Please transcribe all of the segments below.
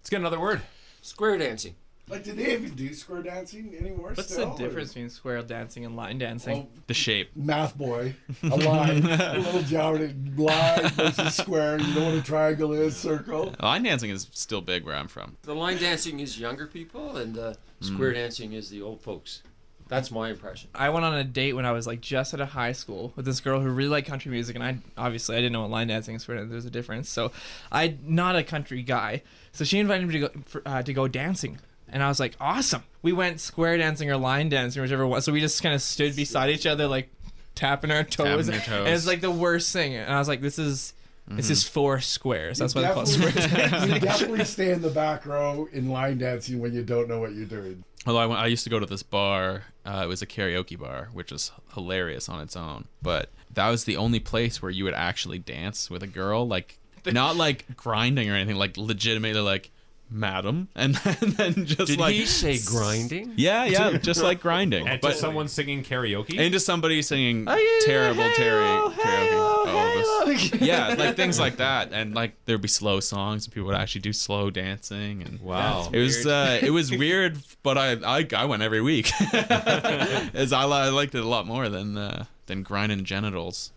Let's get another word. Square dancing. Like, do they even do square dancing anymore? What's still, the or- difference between square dancing and line dancing? Well, The shape. math boy, a line, a little jointed line versus square. You know what a triangle is, circle. Line Oh, dancing is still big where I'm from. The line dancing is younger people, and uh, square dancing is the old folks. That's my impression. I went on a date when I was like just out of high school with this girl who really liked country music, and I obviously I didn't know what line dancing is. for, There's a difference, so I not a country guy. So she invited me to go for, uh, to go dancing, and I was like, awesome. We went square dancing or line dancing, whichever one. So we just kind of stood beside each other, like tapping our toes. your toes. Mm-hmm. And it's like the worst thing. And I was like, this is this is four squares. That's you why they call it square dancing. definitely, you definitely stay in the back row in line dancing when you don't know what you're doing. Although I, went, I used to go to this bar, uh, it was a karaoke bar, which is hilarious on its own. But that was the only place where you would actually dance with a girl, like not like grinding or anything, like legitimately like, madam, and then, then just like grinding? yeah, yeah, just like grinding, And but to someone singing karaoke. into somebody singing yeah, terrible hey, Terry oh, hey, karaoke. oh, Oh, hey, this- look. yeah, like things like that, and like there'd be slow songs, and people would actually do slow dancing, and wow. it was uh, it was weird, but I, I I went every week. As I, li- I liked it a lot more than uh, than grinding genitals.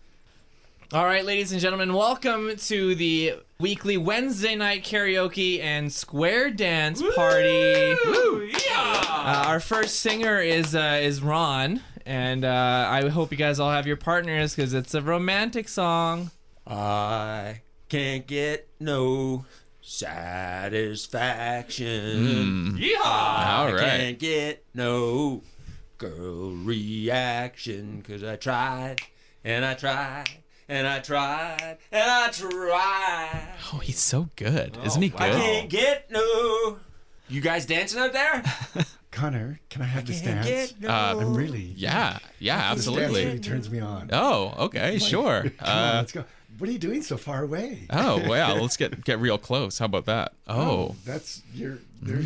All right, ladies and gentlemen, welcome to the weekly Wednesday night karaoke and square dance party. Uh, our first singer is uh, is Ron, and uh, I hope you guys all have your partners because it's a romantic song. I can't get no satisfaction. Mm. I All right. can't get no girl reaction because I tried and I tried and I tried and I tried. Oh, he's so good, isn't he good? I can't get no. You guys dancing out there? Connor, can I have this dance? Uh, I'm really yeah, yeah, this dance really absolutely. turns me on. Oh, okay, sure. Come on, Uh, let's go. What are you doing so far away? oh, wow. Let's get get real close. How about that? Oh, that's your. There,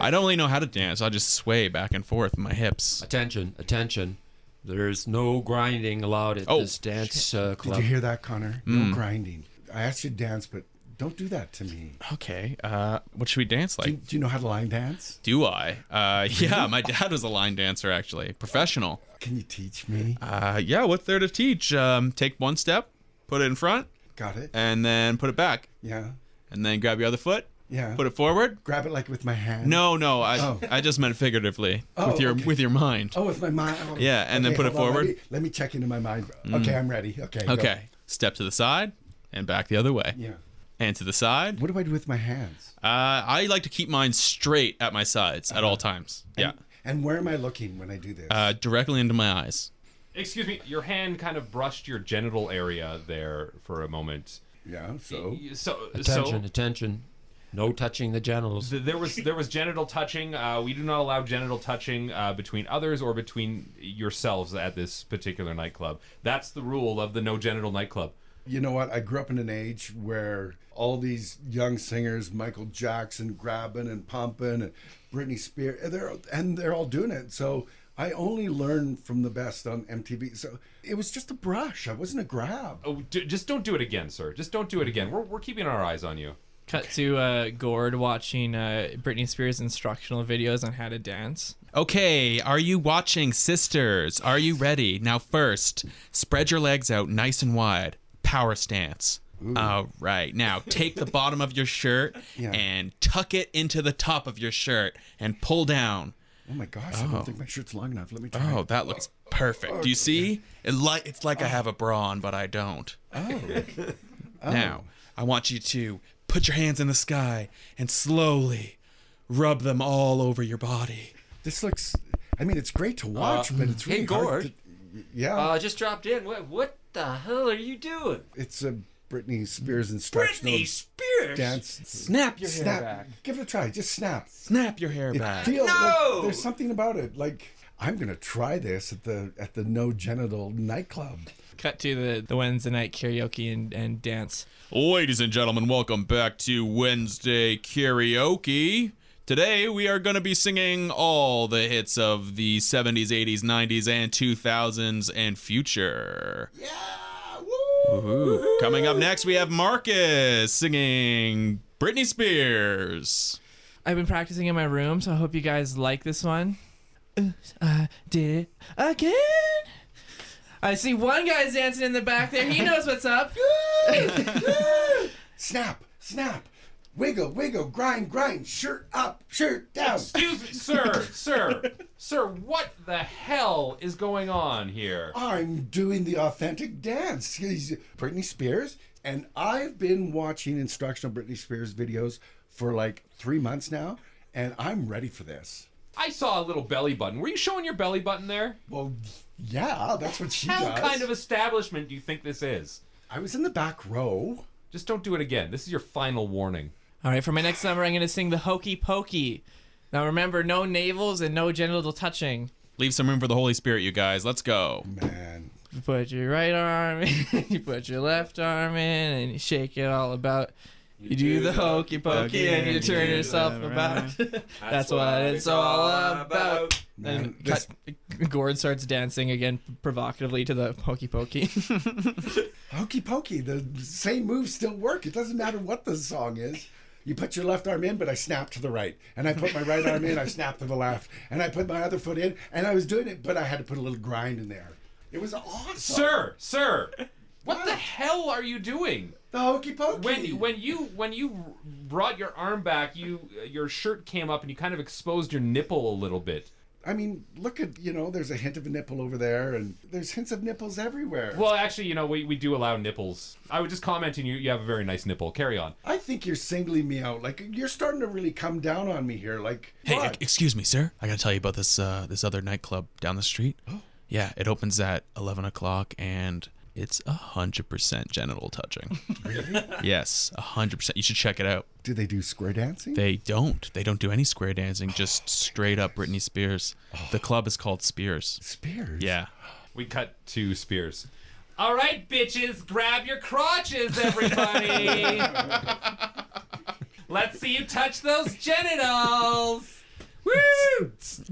I don't really know how to dance. I just sway back and forth with my hips. Attention, attention. There's no grinding allowed at Oh, this dance uh, Did club. you hear that, Connor? No grinding. I asked you to dance, but don't do that to me. Okay. Uh, what should we dance Do you, like? do you know how to line dance? Do I? Uh, yeah, my dad was a line dancer actually, professional. Can you teach me? Uh, yeah, what's there to teach? Um, take one step, put it in front, Got it. and then put it back, Yeah. and then grab your other foot, Yeah. put it forward. Grab it like with my hand. No, no, I Oh. I just meant figuratively Oh, with your okay. with your mind. Oh, with my mind. Oh. Yeah, and then Okay, put it hold on, forward. Mm. Let me, let me check into my mind. Okay, I'm ready. Okay. go. okay, step to the side and back the other way, Yeah. and to the side. What do I do with my hands? Uh, I like to keep mine straight at my sides at all times. Yeah, Uh-huh. And where am I looking when I do this? uh, directly into my eyes. Excuse me, your hand kind of brushed your genital area there for a moment. yeah. So So, Attention, so attention. No touching the genitals. th- there was there was genital touching. Uh, we do not allow genital touching uh, between others or between yourselves at this particular nightclub. That's the rule of the no genital nightclub. you know what? I grew up in an age where all these young singers, Michael Jackson, grabbing and pumping, and Britney Spears, and they're and they're all doing it. So I only learned from the best on MTV. So it was just a brush. I wasn't a grab. Oh, d- just don't do it again, sir. Just don't do it again. We're we're keeping our eyes on you. Cut to uh, Gord watching uh, Britney Spears instructional videos on how to dance. Okay, are you watching, sisters? Are you ready? Now, first, spread your legs out nice and wide. Power stance. All right. Now, take the bottom of your shirt Yeah. and tuck it into the top of your shirt and pull down. Oh my gosh! I don't think my shirt's long enough. Let me try. Oh, that looks perfect. Do you see? It li- it's like I have a bra on, but I don't. Oh. Now, I want you to put your hands in the sky and slowly rub them all over your body. This looks. I mean, it's great to watch, but it's really hey, hard. Gord. To, yeah, Uh, just dropped in. What, what the hell are you doing? it's a Britney Spears instructional Spears. dance. Snap your Snap. Give it a try. Just snap. Snap your hair It back. feels No! like there's something about it. Like I'm gonna try this at the at the no genital nightclub. Cut to the, the Wednesday night karaoke and, and dance. Ladies and gentlemen, welcome back to Wednesday Karaoke. Today we are going to be singing all the hits of the 70s, 80s, 90s, and 2000s and future. Yeah! Woo! Coming up next, we have Marcus singing Britney Spears. I've been practicing in my room, so I hope you guys like this one. Oops, I did it again. I see one guy's dancing in the back there. He knows what's up. Snap, snap, wiggle, wiggle, grind, grind, shirt up, shirt down. Excuse me, sir, sir, sir. What the hell is going on here? I'm doing the authentic dance. He's Britney Spears, and I've been watching instructional Britney Spears videos for like three months now, and I'm ready for this. I saw a little belly button. Were you showing your belly button there? Well, yeah, that's what she How does. kind of establishment do you think this is? I was in the back row. Just don't do it again. This is your final warning. All right, for my next number, I'm going to sing the Hokey Pokey. Now remember, no navels and no genital touching. Leave some room for the Holy Spirit, you guys. Let's go. Man, You put your right arm in, you put your left arm in, and you shake it all about. You, do, the hokey pokey and you turn yourself about. That's what it's all about. man, And this, cut- Gord starts dancing again provocatively to the hokey pokey. hokey pokey, the same moves still work. It doesn't matter what the song is. You put your left arm in, but I snap to the right. And I put my right arm in, I snap to the left. And I put my other foot in, and I was doing it, but I had to put a little grind in there. It was awesome. Sir, sir, what the hell are you doing? The hokey pokey. When when you when you brought your arm back, you your shirt came up and you kind of exposed your nipple a little bit. I mean, look at you know, there's a hint of a nipple over there, and there's hints of nipples everywhere. Well, actually, you know, we, we do allow nipples. I was just commenting. You you have a very nice nipple. Carry on. I think you're singling me out. Like you're starting to really come down on me here. Like, Hey, what? e- excuse me, sir. I gotta tell you about this uh, this other nightclub down the street. Yeah, it opens at eleven o'clock, and it's a hundred percent genital touching. really? Yes, a hundred percent. You should check it out. do they do square dancing? They don't. They don't do any square dancing. Just straight up Britney Spears. The club is called Spears. Spears. Yeah. We cut to Spears. All right, bitches, grab your crotches, everybody. Let's see you touch those genitals. Woo!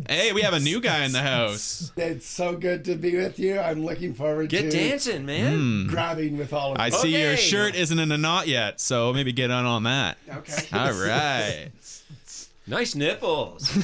Hey, we have a new guy in the house. It's so good to be with you. I'm looking forward Get to dancing, man. Mm. grabbing with all of Hmm. I you. see your Okay. shirt isn't in a knot yet, so maybe get on on that. Okay. All right. Nice nipples.